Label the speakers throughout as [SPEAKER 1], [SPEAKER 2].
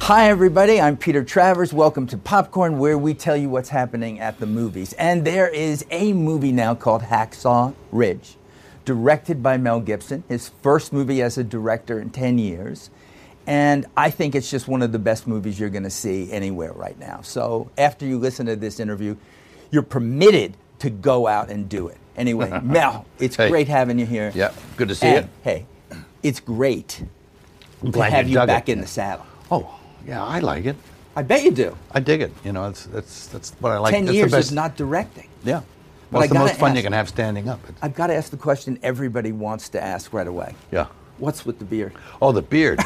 [SPEAKER 1] Hi, everybody. I'm Peter Travers. Welcome to Popcorn, where we tell you what's happening at the movies. And there is a movie now called Hacksaw Ridge, directed by Mel Gibson, his first movie as a director in 10 years. And I think it's just one of the best movies you're going to see anywhere right now. So after you listen to this interview, you're permitted to go out and do it. Anyway, Mel, it's
[SPEAKER 2] Hey.
[SPEAKER 1] great having you here.
[SPEAKER 2] Yeah, good to see
[SPEAKER 1] And,
[SPEAKER 2] you.
[SPEAKER 1] Hey, it's great to
[SPEAKER 2] glad you
[SPEAKER 1] have you,
[SPEAKER 2] dug
[SPEAKER 1] back
[SPEAKER 2] it.
[SPEAKER 1] in the saddle.
[SPEAKER 2] Oh, yeah, I like it.
[SPEAKER 1] I bet you do.
[SPEAKER 2] I dig it. You know, it's that's that's what I like.
[SPEAKER 1] Ten
[SPEAKER 2] That's
[SPEAKER 1] years
[SPEAKER 2] the best.
[SPEAKER 1] is not directing.
[SPEAKER 2] Yeah,
[SPEAKER 1] But
[SPEAKER 2] well,
[SPEAKER 1] I
[SPEAKER 2] it's the most
[SPEAKER 1] gotta
[SPEAKER 2] fun
[SPEAKER 1] ask-
[SPEAKER 2] you can have standing up. It's-
[SPEAKER 1] I've got to ask the question everybody wants to ask right away.
[SPEAKER 2] yeah.
[SPEAKER 1] What's with the beard?
[SPEAKER 2] Oh, the beard.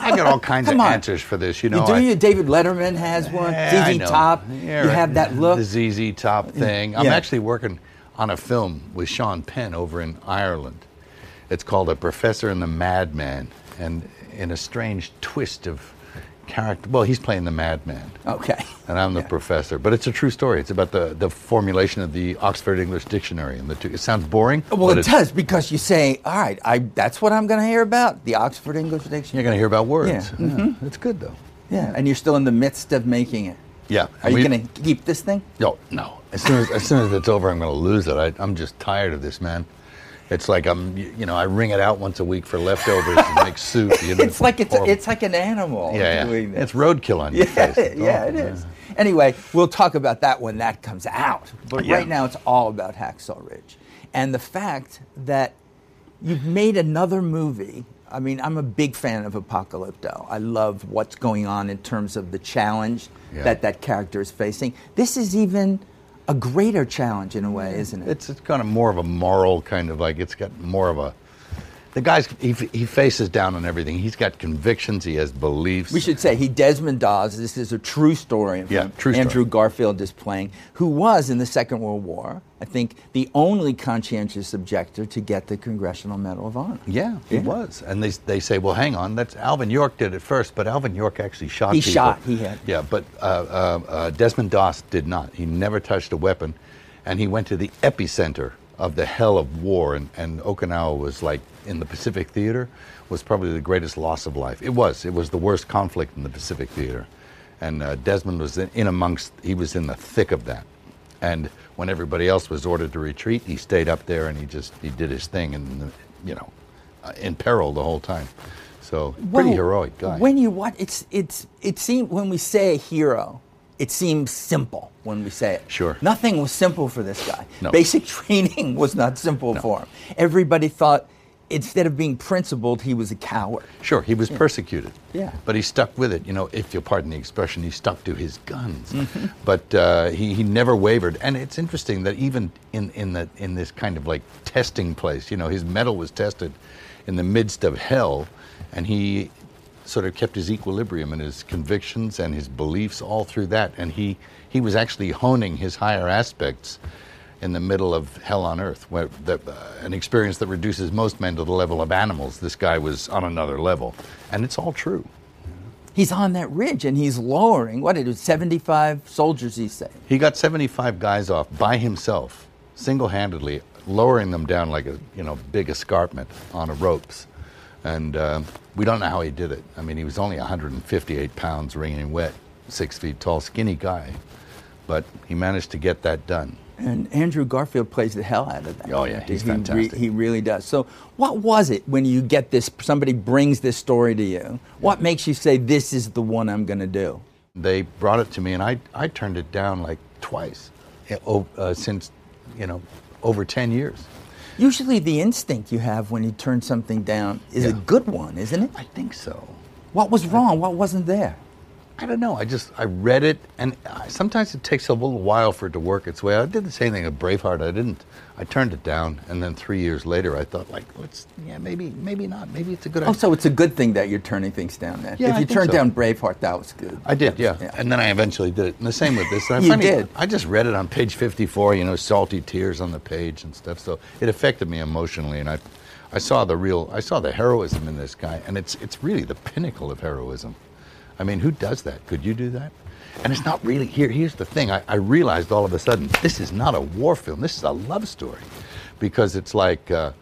[SPEAKER 2] I get all kinds of
[SPEAKER 1] Come on.
[SPEAKER 2] answers for this. You
[SPEAKER 1] You
[SPEAKER 2] know,
[SPEAKER 1] do
[SPEAKER 2] I,
[SPEAKER 1] you? David Letterman has one.
[SPEAKER 2] Yeah, I
[SPEAKER 1] ZZ
[SPEAKER 2] know.
[SPEAKER 1] Top.
[SPEAKER 2] Yeah,
[SPEAKER 1] you
[SPEAKER 2] right.
[SPEAKER 1] have that look.
[SPEAKER 2] The ZZ Top thing. I'm
[SPEAKER 1] Yeah.
[SPEAKER 2] actually working on a film with Sean Penn over in Ireland. It's called A Professor and the Madman, and in a strange twist of character. Well, he's playing the madman.
[SPEAKER 1] Okay.
[SPEAKER 2] And I'm the professor, but it's a true story. It's about the, the formulation of the Oxford English Dictionary and the two. It sounds boring.
[SPEAKER 1] Oh, Well,
[SPEAKER 2] but
[SPEAKER 1] it
[SPEAKER 2] it's-
[SPEAKER 1] does because you say, "All right, I, that's what I'm going to hear about the Oxford English
[SPEAKER 2] You're
[SPEAKER 1] Dictionary."
[SPEAKER 2] going to hear about words.
[SPEAKER 1] Yeah, Mm-hmm.
[SPEAKER 2] it's good though.
[SPEAKER 1] Yeah, and you're still in the midst of making it.
[SPEAKER 2] Yeah.
[SPEAKER 1] Are you
[SPEAKER 2] we-
[SPEAKER 1] going to keep this thing?
[SPEAKER 2] No, no. As soon as, as soon as it's over, I'm going to lose it. I, I'm just tired of this, man. It's like I'm, you know, I wring it out once a week for leftovers and make soup. You know,
[SPEAKER 1] It's like it's
[SPEAKER 2] horrible.
[SPEAKER 1] it's like an animal
[SPEAKER 2] yeah, yeah.
[SPEAKER 1] doing this.
[SPEAKER 2] It's roadkill on your
[SPEAKER 1] Yeah,
[SPEAKER 2] face. It's
[SPEAKER 1] yeah, it
[SPEAKER 2] awful, man.
[SPEAKER 1] is. Anyway, we'll talk about that when that comes out. But
[SPEAKER 2] Yeah.
[SPEAKER 1] right now, it's all about Hacksaw Ridge and the fact that you've made another movie. I mean, I'm a big fan of Apocalypto. I love what's going on in terms of the challenge
[SPEAKER 2] Yeah.
[SPEAKER 1] that that character is facing. This is even a greater challenge in a way, isn't it?
[SPEAKER 2] It's, it's kind of more of a moral kind of like it's got more of a. The guy's he, he faces down on everything. He's got convictions. He has beliefs.
[SPEAKER 1] We should say he Desmond Dawes. This is a true story. of
[SPEAKER 2] Yeah,
[SPEAKER 1] him.
[SPEAKER 2] true story.
[SPEAKER 1] Andrew Garfield is playing, who was in the Second World War, I think, the only conscientious objector to get the Congressional Medal of Honor.
[SPEAKER 2] Yeah, he
[SPEAKER 1] Yeah.
[SPEAKER 2] was. And they, they say, well, hang on, that's Alvin York did it first, but Alvin York actually shot
[SPEAKER 1] He
[SPEAKER 2] people.
[SPEAKER 1] shot, he had-
[SPEAKER 2] Yeah, but uh, uh, uh, Desmond Doss did not. He never touched a weapon, and he went to the epicenter of the hell of war, and, and Okinawa was like, in the Pacific Theater, was probably the greatest loss of life. It was. It was the worst conflict in the Pacific Theater. And uh, Desmond was in, in amongst, he was in the thick of that. And when everybody else was ordered to retreat, he stayed up there and he just, he did his thing and, you know, uh, in peril the whole time. So pretty
[SPEAKER 1] Well,
[SPEAKER 2] heroic guy.
[SPEAKER 1] When you watch, it's it's it seems when we say hero, it seems simple when we say it.
[SPEAKER 2] Sure.
[SPEAKER 1] Nothing was simple for this guy.
[SPEAKER 2] No.
[SPEAKER 1] Basic training was not simple for him. Everybody thought instead of being principled, he was a coward.
[SPEAKER 2] sure, he was persecuted.
[SPEAKER 1] Yeah.
[SPEAKER 2] But he stuck with it. You know, if you'll pardon the expression, he stuck to his guns. But uh, he, he never wavered. And it's interesting that even in in the in this kind of like testing place, you know, his metal was tested in the midst of hell, and he sort of kept his equilibrium and his convictions and his beliefs all through that. And he he was actually honing his higher aspects. in the middle of hell on earth, where the, uh, an experience that reduces most men to the level of animals. This guy was on another level, and it's all true.
[SPEAKER 1] He's on that ridge and he's lowering. What it was, seventy-five soldiers. He saved.
[SPEAKER 2] He got 75 guys off by himself, single-handedly, lowering them down like a you know big escarpment on a ropes, and uh, we don't know how he did it. I mean, he was only 158 pounds, wringing wet, six feet tall, skinny guy, but he managed to get that done.
[SPEAKER 1] And Andrew Garfield plays the hell out of that.
[SPEAKER 2] Oh, yeah,
[SPEAKER 1] character.
[SPEAKER 2] he's
[SPEAKER 1] He re-
[SPEAKER 2] fantastic.
[SPEAKER 1] he really does. So, what was it when you get this? Somebody brings this story to you. What makes you say this is the one I'm going to do?
[SPEAKER 2] they brought it to me and I, I turned it down like twice eh, o- uh, since, you know, over 10 years.
[SPEAKER 1] Usually, the instinct you have when you turn something down is a
[SPEAKER 2] Yeah.
[SPEAKER 1] good one, isn't it?
[SPEAKER 2] I think so.
[SPEAKER 1] What was wrong? What wasn't there?
[SPEAKER 2] I don't know. I just, I read it and I, sometimes it takes a little while for it to work its way. I did the same thing with Braveheart. I didn't, I turned it down and then three years later I thought like, let's, yeah, maybe, maybe not. Maybe it's a good
[SPEAKER 1] Oh,
[SPEAKER 2] idea.
[SPEAKER 1] so it's a good thing that you're turning things down. Then,
[SPEAKER 2] Yeah,
[SPEAKER 1] if
[SPEAKER 2] I
[SPEAKER 1] you
[SPEAKER 2] think
[SPEAKER 1] turned
[SPEAKER 2] so.
[SPEAKER 1] down Braveheart, that was good.
[SPEAKER 2] I did, yeah.
[SPEAKER 1] Yeah.
[SPEAKER 2] And then I eventually did it. And the same with this. And I
[SPEAKER 1] You
[SPEAKER 2] finally-
[SPEAKER 1] did.
[SPEAKER 2] I just read it on page 54, you know, salty tears on the page and stuff. So it affected me emotionally. And I, I saw the real, I saw the heroism in this guy. And it's, it's really the pinnacle of heroism. I mean, who does that? Could you do that? And it's not really here. Here's the thing. I, I realized all of a sudden, this is not a war film. This is a love story. Because it's like, uh,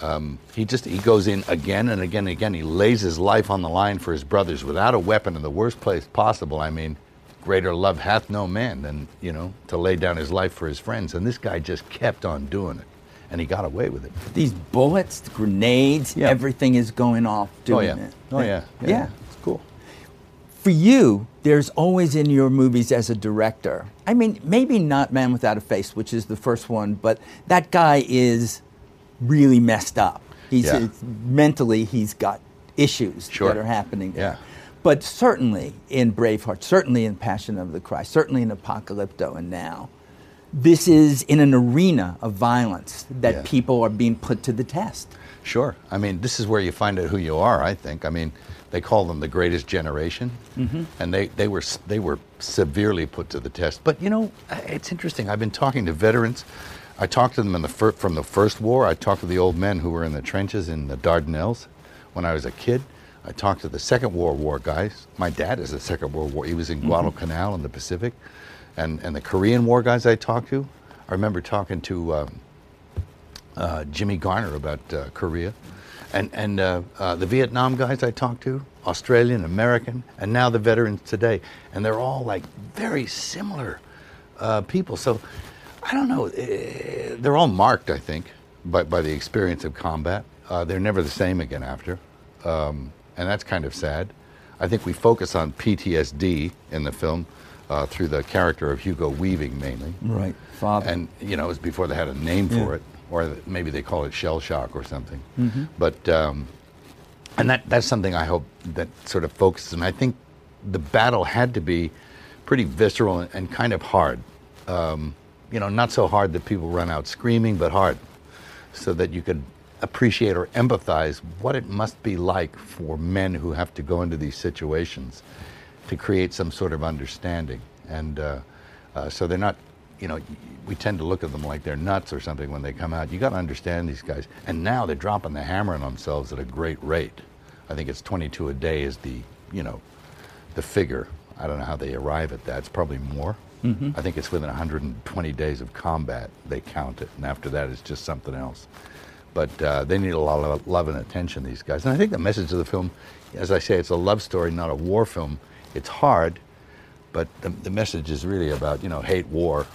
[SPEAKER 2] Um, he just he goes in again and again and again. He lays his life on the line for his brothers without a weapon in the worst place possible. I mean, greater love hath no man than you know to lay down his life for his friends. And this guy just kept on doing it, and he got away with it.
[SPEAKER 1] These bullets, grenades,
[SPEAKER 2] Yeah.
[SPEAKER 1] everything is going off
[SPEAKER 2] Oh
[SPEAKER 1] doing
[SPEAKER 2] yeah.
[SPEAKER 1] it.
[SPEAKER 2] Oh yeah.
[SPEAKER 1] yeah.
[SPEAKER 2] It's cool.
[SPEAKER 1] For you, there's always in your movies as a director. I mean, maybe not Man Without a Face, which is the first one, but that guy is really messed up. He's
[SPEAKER 2] Yeah.
[SPEAKER 1] it's- mentally he's got issues
[SPEAKER 2] Sure.
[SPEAKER 1] that are happening there.
[SPEAKER 2] Yeah.
[SPEAKER 1] But certainly in Braveheart, certainly in Passion of the Christ, certainly in Apocalypto and now, this is in an arena of violence that
[SPEAKER 2] Yeah.
[SPEAKER 1] people are being put to the test.
[SPEAKER 2] Sure. I mean, this is where you find out who you are. I think. I mean, they call them the greatest generation, and they, they were s- they were severely put to the test. But you know, I- it's interesting. I've been talking to veterans. I talked to them in the fir- from the first war. I talked to the old men who were in the trenches in the Dardanelles when I was a kid. I talked to the Second World War guys. My dad is the Second World War. He was in Guadalcanal in the Pacific, and and the Korean War guys I talked to. I remember talking to. Um, uh, Jimmy Garner about uh, Korea, and and uh, uh, the Vietnam guys I talked to, Australian, American, and now the veterans today, and they're all like very similar uh, people. So I don't know. eh, They're all marked, I think, by by the experience of combat. Uh, they're never the same again after, um, and that's kind of sad. I think we focus on PTSD in the film uh, through the character of Hugo Weaving mainly.
[SPEAKER 1] Right, Father.
[SPEAKER 2] And you know, it was before they had a name for it, or th- maybe they call it shell shock or something. But um, and that that's something I hope that sort of focuses. And I think the battle had to be pretty visceral and, and kind of hard. Um, you know, not so hard that people run out screaming, but hard, so that you could appreciate or empathize what it must be like for men who have to go into these situations to create some sort of understanding. And uh, uh, so they're not, you know, we tend to look at them like they're nuts or something when they come out. You got to understand these guys. And now they're dropping the hammer on themselves at a great rate. I think it's 22 a day is the, you know, the figure. I don't know how they arrive at that. It's probably more. I think it's within 120 days of combat they count it, and after that it's just something else. But uh, they need a lot of love and attention, these guys. And I think the message of the film, as I say, it's a love story, not a war film. It's hard, but the, the message is really about you know hate war,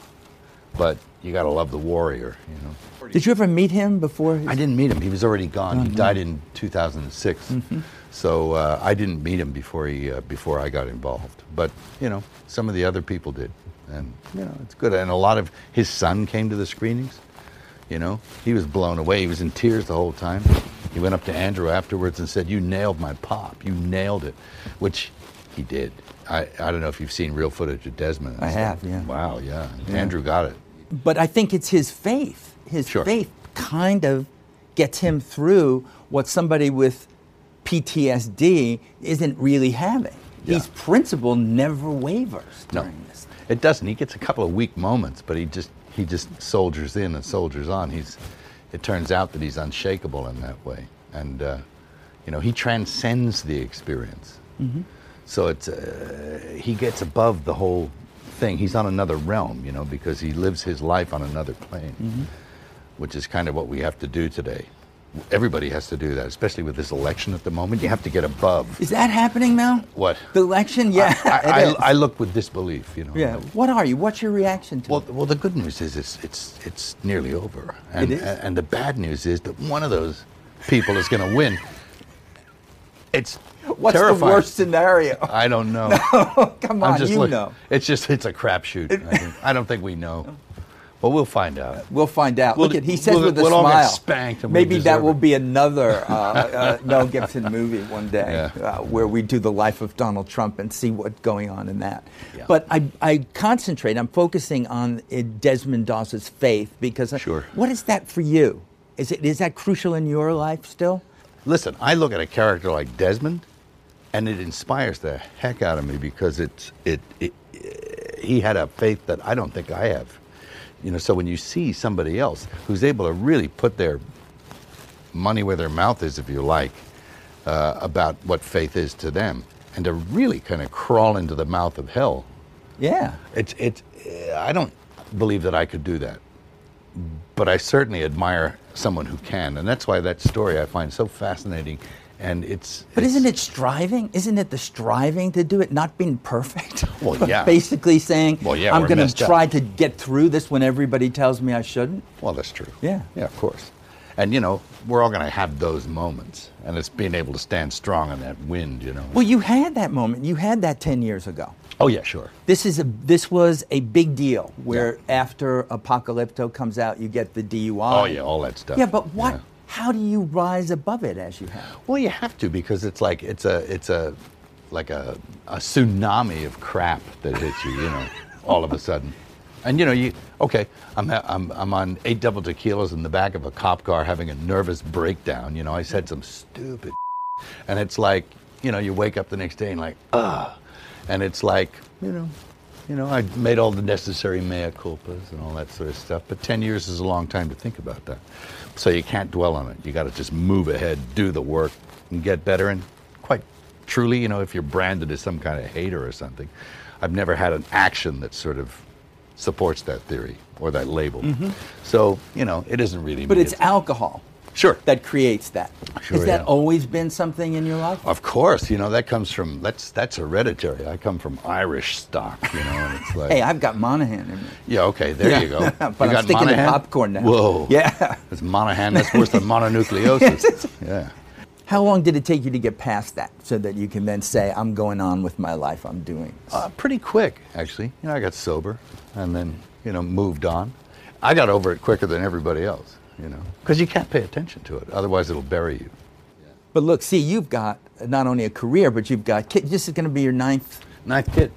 [SPEAKER 2] but you got to love the warrior. You know.
[SPEAKER 1] Did you ever meet him before?
[SPEAKER 2] I didn't meet him. He was already gone.
[SPEAKER 1] Oh,
[SPEAKER 2] he died in 2006.
[SPEAKER 1] Mm-hmm.
[SPEAKER 2] So uh, I didn't meet him before he uh, before I got involved. But you know, some of the other people did, and you know, it's good. And a lot of his son came to the screenings. You know, he was blown away. He was in tears the whole time. He went up to Andrew afterwards and said, "You nailed my pop. You nailed it," which he did. I, I don't know if you've seen real footage of Desmond.
[SPEAKER 1] I have, yeah.
[SPEAKER 2] Wow, yeah. Andrew got it.
[SPEAKER 1] but I think it's his faith. His
[SPEAKER 2] Sure.
[SPEAKER 1] faith kind of gets him through what somebody with PTSD isn't really having.
[SPEAKER 2] Yeah.
[SPEAKER 1] His principle never wavers
[SPEAKER 2] No.
[SPEAKER 1] during this.
[SPEAKER 2] It doesn't. He gets a couple of weak moments, but he just he just soldiers in and soldiers on. He's it turns out that he's unshakable in that way, and uh, you know he transcends the experience. So it's uh, he gets above the whole thing. He's on another realm, you know, because he lives his life on another plane, which is kind of what we have to do today. Everybody has to do that, especially with this election at the moment. You have to get above
[SPEAKER 1] Is that happening now?
[SPEAKER 2] what.
[SPEAKER 1] The election? Yeah.
[SPEAKER 2] I,
[SPEAKER 1] it
[SPEAKER 2] I,
[SPEAKER 1] is.
[SPEAKER 2] I look with disbelief, you know.
[SPEAKER 1] yeah. What are you? What's your reaction to
[SPEAKER 2] Well,
[SPEAKER 1] it?
[SPEAKER 2] well, the good news is it's it's it's nearly over, and
[SPEAKER 1] is?
[SPEAKER 2] and the bad news is that one of those people is going to win. It's
[SPEAKER 1] What's the
[SPEAKER 2] terrifying.
[SPEAKER 1] worst scenario?
[SPEAKER 2] I don't know.
[SPEAKER 1] Come
[SPEAKER 2] I'm
[SPEAKER 1] on,
[SPEAKER 2] just
[SPEAKER 1] you
[SPEAKER 2] look-
[SPEAKER 1] know.
[SPEAKER 2] It's just it's a crapshoot. I, think. I don't think we know, but we'll find out.
[SPEAKER 1] We'll find out.
[SPEAKER 2] We'll-
[SPEAKER 1] Look at he says
[SPEAKER 2] we'll-
[SPEAKER 1] with a
[SPEAKER 2] we'll all get
[SPEAKER 1] smile.
[SPEAKER 2] spanked and we
[SPEAKER 1] Maybe that
[SPEAKER 2] deserve
[SPEAKER 1] will
[SPEAKER 2] it.
[SPEAKER 1] be another uh, uh, Mel Gibson movie one day,
[SPEAKER 2] Yeah.
[SPEAKER 1] uh, where we do the life of Donald Trump and see what's going on in that.
[SPEAKER 2] Yeah.
[SPEAKER 1] But I, I concentrate. I'm focusing on uh, Desmond Doss's faith because uh,
[SPEAKER 2] Sure.
[SPEAKER 1] what is that for you? Is it is that crucial in your life still?
[SPEAKER 2] Listen, I look at a character like Desmond, and it inspires the heck out of me because it's it, it, he had a faith that I don't think I have. You know, so when you see somebody else who's able to really put their money where their mouth is, if you like, uh, about what faith is to them, and to really kind of crawl into the mouth of hell,
[SPEAKER 1] Yeah.
[SPEAKER 2] eh, it's it's. I don't believe that I could do that, but I certainly admire someone who can, and that's why that story I find so fascinating. And it's
[SPEAKER 1] But
[SPEAKER 2] it's-
[SPEAKER 1] isn't it striving? Isn't it the striving to do it, not being perfect?
[SPEAKER 2] Well,
[SPEAKER 1] But
[SPEAKER 2] yeah.
[SPEAKER 1] Basically saying,
[SPEAKER 2] Well, yeah,
[SPEAKER 1] I'm
[SPEAKER 2] we're
[SPEAKER 1] going to
[SPEAKER 2] messed up.
[SPEAKER 1] try to get through this when everybody tells me I shouldn't.
[SPEAKER 2] Well, that's true.
[SPEAKER 1] Yeah.
[SPEAKER 2] Yeah, of course. And you know, we're all going to have those moments, and it's being able to stand strong in that wind. You know.
[SPEAKER 1] Well, you had that moment. You had that 10 years ago.
[SPEAKER 2] oh yeah, sure.
[SPEAKER 1] This is a this was a big deal where after Apocalypto comes out, you get the DUI.
[SPEAKER 2] Oh yeah, all that stuff.
[SPEAKER 1] Yeah, but what?
[SPEAKER 2] Yeah.
[SPEAKER 1] How do you rise above it as you have?
[SPEAKER 2] Well, you have to because it's like it's a it's a like a, a tsunami of crap that hits you, you know, all of a sudden. And you know, you okay, I'm ha- I'm I'm on eight double tequilas in the back of a cop car having a nervous breakdown, you know, I said some stupid and it's like, you know, you wake up the next day and like, ugh. And it's like, you know, you know, I made all the necessary mea culpas and all that sort of stuff. But 10 years is a long time to think about that. So you can't dwell on it. You got to just move ahead, do the work, and get better. And quite truly, you know, if you're branded as some kind of hater or something, I've never had an action that sort of supports that theory or that label. So, you know, it isn't really
[SPEAKER 1] Mm-hmm. But
[SPEAKER 2] me.
[SPEAKER 1] it's alcohol
[SPEAKER 2] Sure.
[SPEAKER 1] that creates that.
[SPEAKER 2] Sure,
[SPEAKER 1] Has that
[SPEAKER 2] yeah. Uh,
[SPEAKER 1] always been something in your life?
[SPEAKER 2] Of course, you know that comes from that's that's hereditary. I come from Irish stock, you know, and it's like,
[SPEAKER 1] Hey, I've got Monahan in me.
[SPEAKER 2] yeah, okay, there you go. You
[SPEAKER 1] but I'm
[SPEAKER 2] got
[SPEAKER 1] sticking to
[SPEAKER 2] Monahan?
[SPEAKER 1] popcorn now.
[SPEAKER 2] Whoa,
[SPEAKER 1] Yeah.
[SPEAKER 2] it's Monahan. That's worse than mononucleosis. yeah,
[SPEAKER 1] How long did it take you to get past that so that you can then say, I'm going on with my life, I'm doing this?
[SPEAKER 2] uh, pretty quick actually. You know, I got sober and then you know moved on. I got over it quicker than everybody else, you know, because you can't pay attention to it. Otherwise, it'll bury you.
[SPEAKER 1] But look, see, you've got not only a career, but you've got kids. This is going to be your ninth.
[SPEAKER 2] Ninth kid.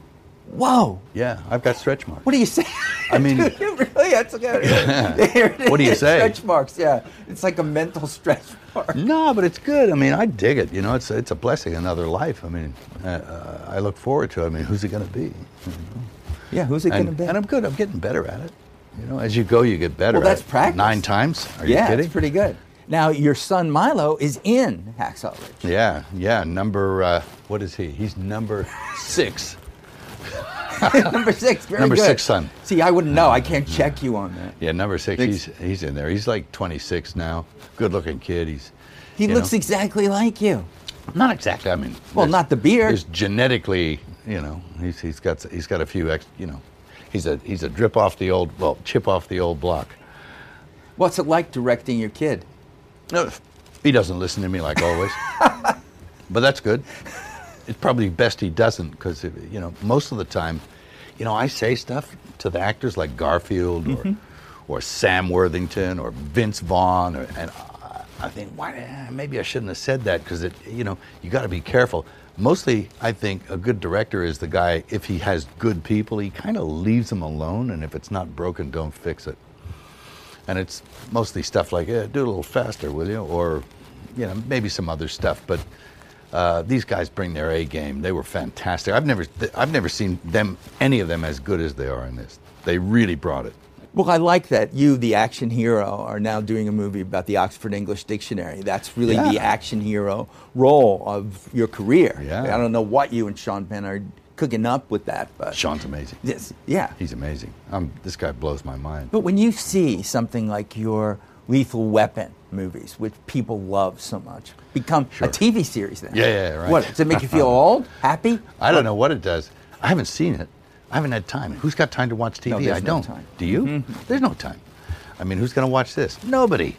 [SPEAKER 1] Whoa!
[SPEAKER 2] Yeah, I've got stretch marks.
[SPEAKER 1] What do you say?
[SPEAKER 2] I mean-
[SPEAKER 1] Dude, really? That's okay. There it
[SPEAKER 2] What do you
[SPEAKER 1] is,
[SPEAKER 2] say?
[SPEAKER 1] Stretch marks. Yeah, it's like a mental stretch mark.
[SPEAKER 2] No, but it's good. I mean, I dig it. You know, it's it's a blessing, another life. I mean, uh, uh, I look forward to. it. I mean, who's it going to be?
[SPEAKER 1] Yeah, who's it going to
[SPEAKER 2] And,
[SPEAKER 1] be?
[SPEAKER 2] and I'm good. I'm getting better at it. You know, as you go, you get better.
[SPEAKER 1] Well, that's
[SPEAKER 2] at it.
[SPEAKER 1] practice.
[SPEAKER 2] Nine times? Are
[SPEAKER 1] yeah,
[SPEAKER 2] you
[SPEAKER 1] it's
[SPEAKER 2] kidding?
[SPEAKER 1] pretty good. Now your son Milo is in Hacksaw Ridge.
[SPEAKER 2] yeah, yeah. Number uh, what is he? He's number six.
[SPEAKER 1] Number six. Mm-hmm. Very
[SPEAKER 2] Number
[SPEAKER 1] good.
[SPEAKER 2] six son.
[SPEAKER 1] See, I wouldn't know. I can't check you on that.
[SPEAKER 2] Yeah, number six.
[SPEAKER 1] Six.
[SPEAKER 2] He's he's in there. He's like 26 now. Good-looking kid. He's
[SPEAKER 1] He
[SPEAKER 2] you
[SPEAKER 1] looks
[SPEAKER 2] know.
[SPEAKER 1] exactly like you.
[SPEAKER 2] Not exactly. I mean,
[SPEAKER 1] Well,
[SPEAKER 2] there's-
[SPEAKER 1] not the beard.
[SPEAKER 2] There's genetically, you know, he's, he's got he's got a few ex, you know, he's a he's a drip off the old well chip off the old block.
[SPEAKER 1] What's it like directing your kid?
[SPEAKER 2] No, he doesn't listen to me like always, but that's good. It's probably best he doesn't because you know most of the time, you know, I say stuff to the actors like Garfield or or Sam Worthington or Vince Vaughn or, and. I- I think why eh, maybe I shouldn't have said that because it you know you got to be careful. Mostly, I think a good director is the guy if he has good people, he kind of leaves them alone, and if it's not broken, don't fix it and it's mostly stuff like eh, do it a little faster will you or you know maybe some other stuff but uh, these guys bring their A game. They were fantastic. I've never, th- I've never seen them, any of them, as good as they are in this. They really brought it.
[SPEAKER 1] Well, I like that you, the action hero, are now doing a movie about the Oxford English Dictionary. That's really the
[SPEAKER 2] Yeah.
[SPEAKER 1] action hero role of your career.
[SPEAKER 2] Yeah.
[SPEAKER 1] I don't know what you and Sean Penn are cooking up with that, but
[SPEAKER 2] Sean's amazing.
[SPEAKER 1] Yes, yeah.
[SPEAKER 2] He's amazing. Um, this guy blows my mind.
[SPEAKER 1] But when you see something like your Lethal Weapon movies, which people love so much, become a TV series then.
[SPEAKER 2] Yeah, yeah, right.
[SPEAKER 1] What does it make you feel old, happy?
[SPEAKER 2] I don't know what it does. I haven't seen it. I haven't had time. Who's got time to watch TV?
[SPEAKER 1] there's
[SPEAKER 2] I
[SPEAKER 1] no
[SPEAKER 2] don't.
[SPEAKER 1] time. Mm-hmm.
[SPEAKER 2] Do you? There's no time. I mean, who's going to watch this? Nobody.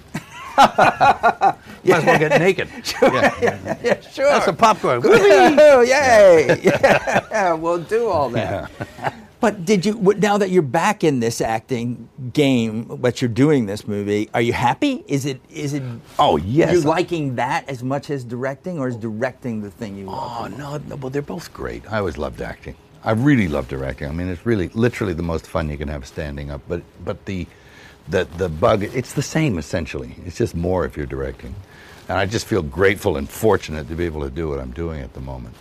[SPEAKER 2] Might as well get naked. Yeah.
[SPEAKER 1] Yeah, sure.
[SPEAKER 2] That's a popcorn.
[SPEAKER 1] Oh, yay! Yeah, we'll do all that. But did you w- now that you're back in this acting game, but you're doing this movie? Are you happy? Is it is it
[SPEAKER 2] Oh yes.
[SPEAKER 1] you liking that as much as directing, or is directing the thing you love?
[SPEAKER 2] Oh no, no, well they're both great. I always loved acting. I really love directing. I mean, it's really literally the most fun you can have standing up. But but the the the bug, it's the same essentially. It's just more if you're directing. And I just feel grateful and fortunate to be able to do what I'm doing at the moment.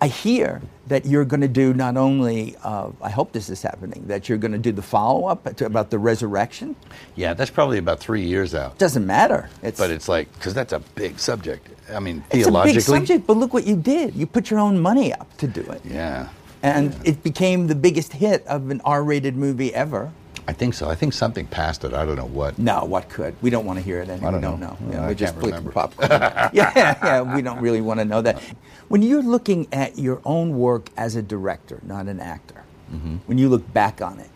[SPEAKER 1] I hear that you're going to do not only. Uh, I hope this is happening. That you're going to do the follow up about the resurrection.
[SPEAKER 2] Yeah, that's probably about three years out.
[SPEAKER 1] Doesn't matter. It's
[SPEAKER 2] But it's like because that's a big subject. I mean,
[SPEAKER 1] it's a
[SPEAKER 2] theologically.
[SPEAKER 1] big subject. But look what you did. You put your own money up to do it.
[SPEAKER 2] Yeah.
[SPEAKER 1] And it became the biggest hit of an R rated movie ever.
[SPEAKER 2] I think so. I think something passed it. I don't know what.
[SPEAKER 1] No, what could? We don't want to hear it. Anyway.
[SPEAKER 2] I don't
[SPEAKER 1] we don't
[SPEAKER 2] know.
[SPEAKER 1] know.
[SPEAKER 2] No,
[SPEAKER 1] Yeah,
[SPEAKER 2] I
[SPEAKER 1] we're just
[SPEAKER 2] can't
[SPEAKER 1] flipping
[SPEAKER 2] remember.
[SPEAKER 1] popcorn. yeah, yeah, we don't really want to know that. When you're looking at your own work as a director, not an actor,
[SPEAKER 2] Mm-hmm.
[SPEAKER 1] when you look back on it,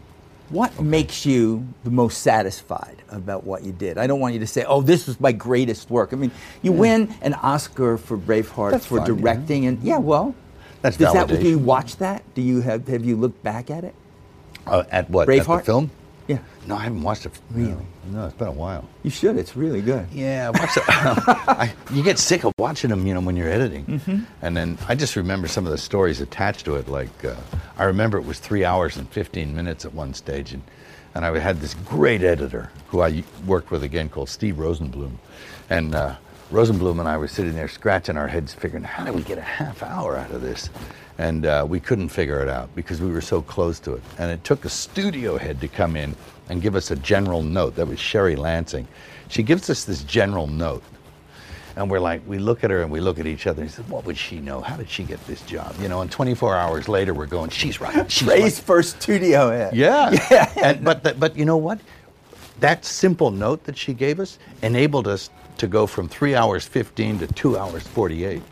[SPEAKER 1] what makes you the most satisfied about what you did? I don't want you to say, "Oh, this was my greatest work." I mean, you win an Oscar for Braveheart
[SPEAKER 2] That's
[SPEAKER 1] for
[SPEAKER 2] fine, yeah.
[SPEAKER 1] directing, and yeah, well,
[SPEAKER 2] That's
[SPEAKER 1] does that? Do you
[SPEAKER 2] validation.
[SPEAKER 1] watch that? Do you have have you looked back at it?
[SPEAKER 2] Uh, at what? At
[SPEAKER 1] Braveheart?
[SPEAKER 2] the film?
[SPEAKER 1] Yeah,
[SPEAKER 2] No, I haven't watched it. Really? No, it's been a while.
[SPEAKER 1] you should. It's really good.
[SPEAKER 2] Yeah, watch the, I, you get sick of watching them, you know, when you're editing. And then I just remember some of the stories attached to it. Like, uh, I remember it was three hours and 15 minutes at one stage. And, and I had this great editor who I worked with again called Steve Rosenblum. And uh, Rosenblum and I were sitting there scratching our heads, figuring, how do we get a half hour out of this? And uh, we couldn't figure it out because we were so close to it. And it took a studio head to come in and give us a general note. That was Sherry Lansing. She gives us this general note. And we're like, we look at her and we look at each other and said, what would she know? How did she get this job? You know, and 24 hours later, we're going, she's right. She's right.
[SPEAKER 1] Praise first studio head.
[SPEAKER 2] Yeah. yeah. And, but, the, but you know what? That simple note that she gave us enabled us to go from 3 hours 15 to 2 hours 48.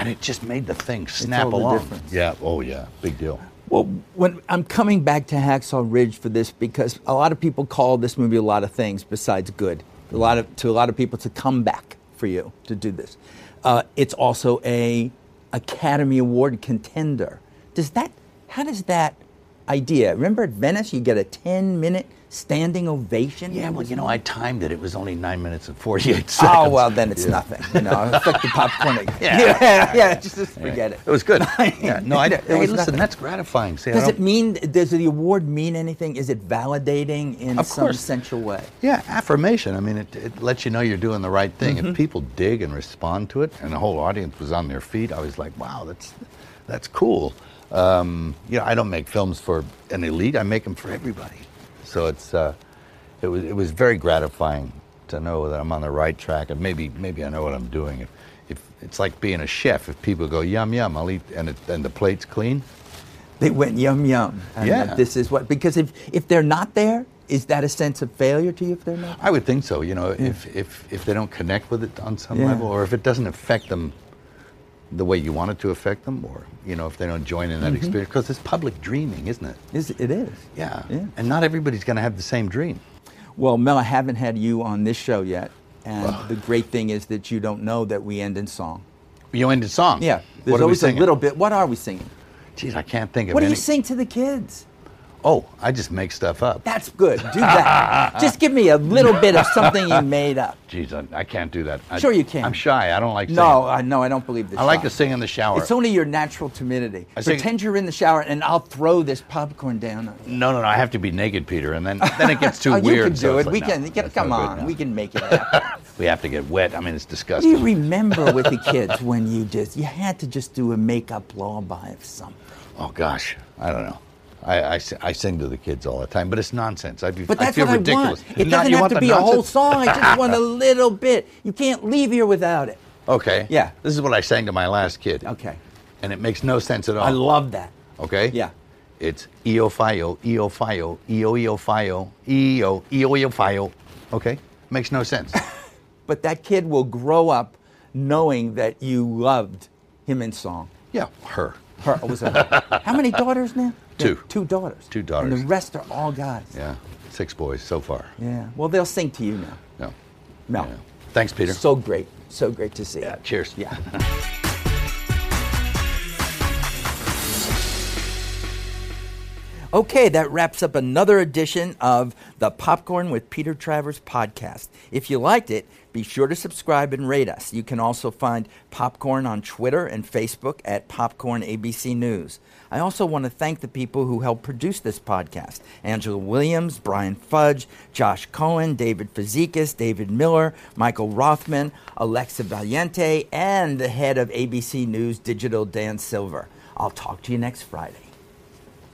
[SPEAKER 2] And it just made the thing snap
[SPEAKER 1] all the
[SPEAKER 2] along.
[SPEAKER 1] difference.
[SPEAKER 2] Yeah. Oh, yeah. Big deal.
[SPEAKER 1] Well, when I'm coming back to Hacksaw Ridge for this because a lot of people call this movie a lot of things besides good. A lot of to a lot of people, it's a comeback for you to do this. Uh, it's also a Academy Award contender. Does that? How does that idea? Remember at Venice, you get a 10 minute standing ovation.
[SPEAKER 2] Yeah,
[SPEAKER 1] It
[SPEAKER 2] well,
[SPEAKER 1] was
[SPEAKER 2] you know, I timed it. It was only 9 minutes and 48 seconds.
[SPEAKER 1] Oh well, then it's nothing. You know, it's like the popcorn.
[SPEAKER 2] Yeah.
[SPEAKER 1] yeah, yeah, Just, just forget it.
[SPEAKER 2] It was good. yeah. No, I,
[SPEAKER 1] It
[SPEAKER 2] hey,
[SPEAKER 1] was
[SPEAKER 2] listen,
[SPEAKER 1] nothing.
[SPEAKER 2] that's gratifying. See, I
[SPEAKER 1] Does
[SPEAKER 2] don't-
[SPEAKER 1] it mean? Does the award mean anything? Is it validating in
[SPEAKER 2] Of
[SPEAKER 1] some
[SPEAKER 2] course.
[SPEAKER 1] essential way?
[SPEAKER 2] Yeah, affirmation. I mean, it, it lets you know you're doing the right thing. If people dig and respond to it, and the whole audience was on their feet, I was like, wow, that's that's cool. Um, you know, I don't make films for an elite. I make them for everybody. So it's uh, it was it was very gratifying to know that I'm on the right track, and maybe maybe I know what I'm doing. If, if it's like being a chef, if people go yum yum, I'll eat, and it, and the plate's clean.
[SPEAKER 1] They went yum yum. and
[SPEAKER 2] Yeah.
[SPEAKER 1] that This is what because if if they're not there, is that a sense of failure to you if they're not?
[SPEAKER 2] I would think so. You know, if, if if they don't connect with it on some
[SPEAKER 1] Yeah.
[SPEAKER 2] level, or if it doesn't affect them the way you want it to affect them, or you know, if they don't join in that
[SPEAKER 1] Mm-hmm.
[SPEAKER 2] experience, because it's public dreaming, isn't it?
[SPEAKER 1] Is it is.
[SPEAKER 2] Yeah.
[SPEAKER 1] Yeah.
[SPEAKER 2] And not everybody's going to have the same dream.
[SPEAKER 1] Well, Mel, I haven't had you on this show yet, and the great thing is that you don't know that we end in song.
[SPEAKER 2] You ended song.
[SPEAKER 1] Yeah. There's
[SPEAKER 2] What are we
[SPEAKER 1] always a
[SPEAKER 2] singing?
[SPEAKER 1] little bit. What are we singing?
[SPEAKER 2] Geez, I can't think of
[SPEAKER 1] What do
[SPEAKER 2] any.
[SPEAKER 1] you sing to the kids?
[SPEAKER 2] Oh, I just make stuff up.
[SPEAKER 1] That's good. Do that. Just give me a little bit of something you made up.
[SPEAKER 2] Geez, I, I can't do that. I,
[SPEAKER 1] Sure you can.
[SPEAKER 2] I'm shy. I don't like.
[SPEAKER 1] No,
[SPEAKER 2] singing.
[SPEAKER 1] I no, I don't believe this.
[SPEAKER 2] I like
[SPEAKER 1] shot.
[SPEAKER 2] to sing in the shower.
[SPEAKER 1] It's only your natural timidity.
[SPEAKER 2] I sing-
[SPEAKER 1] Pretend you're in the shower, and I'll throw this popcorn down on you.
[SPEAKER 2] no, no, no. I have to be naked, Peter, and then then it gets too
[SPEAKER 1] oh,
[SPEAKER 2] weird.
[SPEAKER 1] you can do
[SPEAKER 2] so it's
[SPEAKER 1] it.
[SPEAKER 2] like,
[SPEAKER 1] we
[SPEAKER 2] no,
[SPEAKER 1] can. Get,
[SPEAKER 2] that's no
[SPEAKER 1] come
[SPEAKER 2] good,
[SPEAKER 1] on,
[SPEAKER 2] no.
[SPEAKER 1] we can make it happen.
[SPEAKER 2] We have to get wet. I mean, it's
[SPEAKER 1] Do
[SPEAKER 2] disgusting.
[SPEAKER 1] you remember with the kids when you just you had to just do a makeup lullaby of something?
[SPEAKER 2] Oh gosh, I don't know. I, I, s- I sing to the kids all the time, but it's nonsense. I, be,
[SPEAKER 1] But
[SPEAKER 2] I
[SPEAKER 1] that's
[SPEAKER 2] feel
[SPEAKER 1] what I
[SPEAKER 2] ridiculous.
[SPEAKER 1] want. It
[SPEAKER 2] Not-
[SPEAKER 1] doesn't
[SPEAKER 2] you
[SPEAKER 1] have
[SPEAKER 2] want
[SPEAKER 1] to
[SPEAKER 2] the
[SPEAKER 1] be a whole
[SPEAKER 2] nonsense?
[SPEAKER 1] song. I just want a little bit. You can't leave here without it.
[SPEAKER 2] Okay.
[SPEAKER 1] Yeah.
[SPEAKER 2] This is what I sang to my last kid.
[SPEAKER 1] Okay,
[SPEAKER 2] And it makes no sense at all.
[SPEAKER 1] I love that.
[SPEAKER 2] Okay.
[SPEAKER 1] Yeah.
[SPEAKER 2] It's eo fio eo fio eo eo fio eo eo eo fio. Okay. Makes no sense.
[SPEAKER 1] But that kid will grow up knowing that you loved him in song.
[SPEAKER 2] yeah. Her.
[SPEAKER 1] Her, was it her? How many daughters now?
[SPEAKER 2] Two.
[SPEAKER 1] Yeah, Two daughters.
[SPEAKER 2] Two daughters.
[SPEAKER 1] And the rest are all guys.
[SPEAKER 2] Yeah. Six boys so far.
[SPEAKER 1] Yeah. Well, they'll sing to you now.
[SPEAKER 2] No.
[SPEAKER 1] Mel.
[SPEAKER 2] Yeah. Thanks, Peter.
[SPEAKER 1] So great. So great to see you.
[SPEAKER 2] yeah. Cheers.
[SPEAKER 1] Yeah. Okay, that wraps up another edition of the Popcorn with Peter Travers podcast. If you liked it, be sure to subscribe and rate us. You can also find Popcorn on Twitter and Facebook at Popcorn ABC News. I also want to thank the people who helped produce this podcast Angela Williams, Brian Fudge, Josh Cohen, David Fazekas, David Miller, Michael Rothman, Alexa Valiente, and the head of ABC News Digital, Dan Silver. I'll talk to you next Friday.